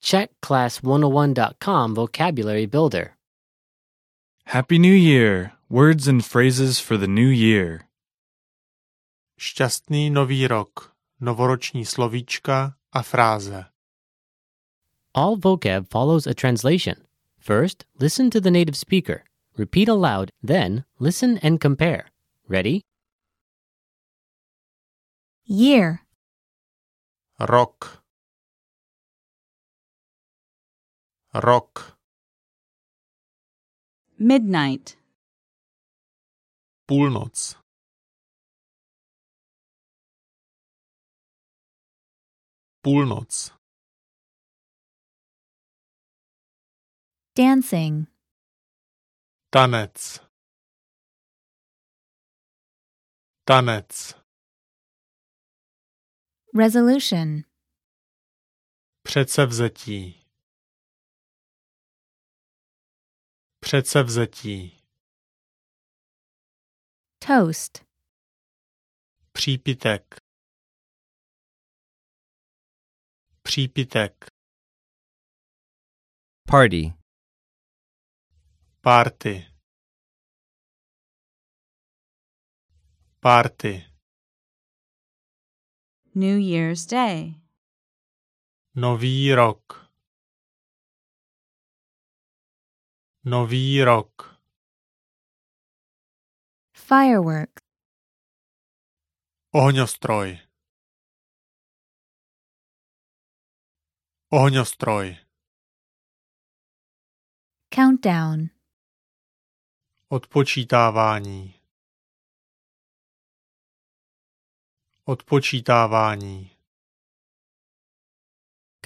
Check class101.com vocabulary builder. Happy New Year! Words and phrases for the new year. Šťastný nový rok, novoroční slovíčka a fráze. All vocab follows a translation. First, listen to the native speaker. Repeat aloud, then listen and compare. Ready? Year. Rok. Rok. Midnight. Půlnoc. Půlnoc. Dancing. Tanec. Tanec. Resolution. Předsevzetí. Předsevzetí. Toast. Přípitek. Přípitek. Party. Party. Party. New Year's Day. Nový rok. Nový rok. Firework. Ohňostroj. Ohňostroj. Countdown. Odpočítávání. Odpočítávání.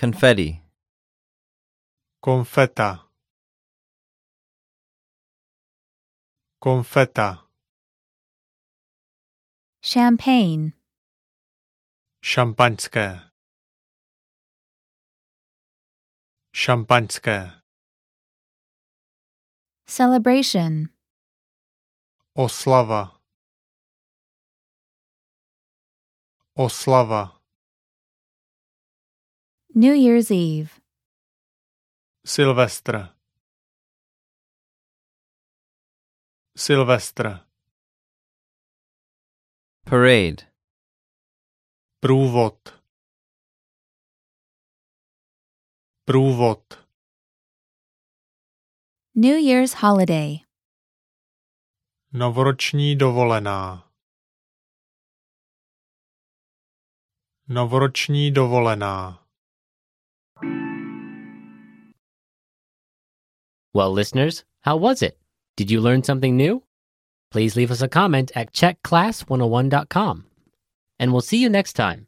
Confetti. Konfeta. Konfeta. Champagne. Šampaňské. Šampaňské. Celebration. Oslava. Oslava. New Year's Eve. Silvestr. Silvestr. Parade. Průvod. Průvod. New Year's holiday. Novoroční dovolená. Novoroční dovolená. Well, listeners, how was it? Did you learn something new? oh Please leave us a comment at checkclass101.com. And we'll see you next time.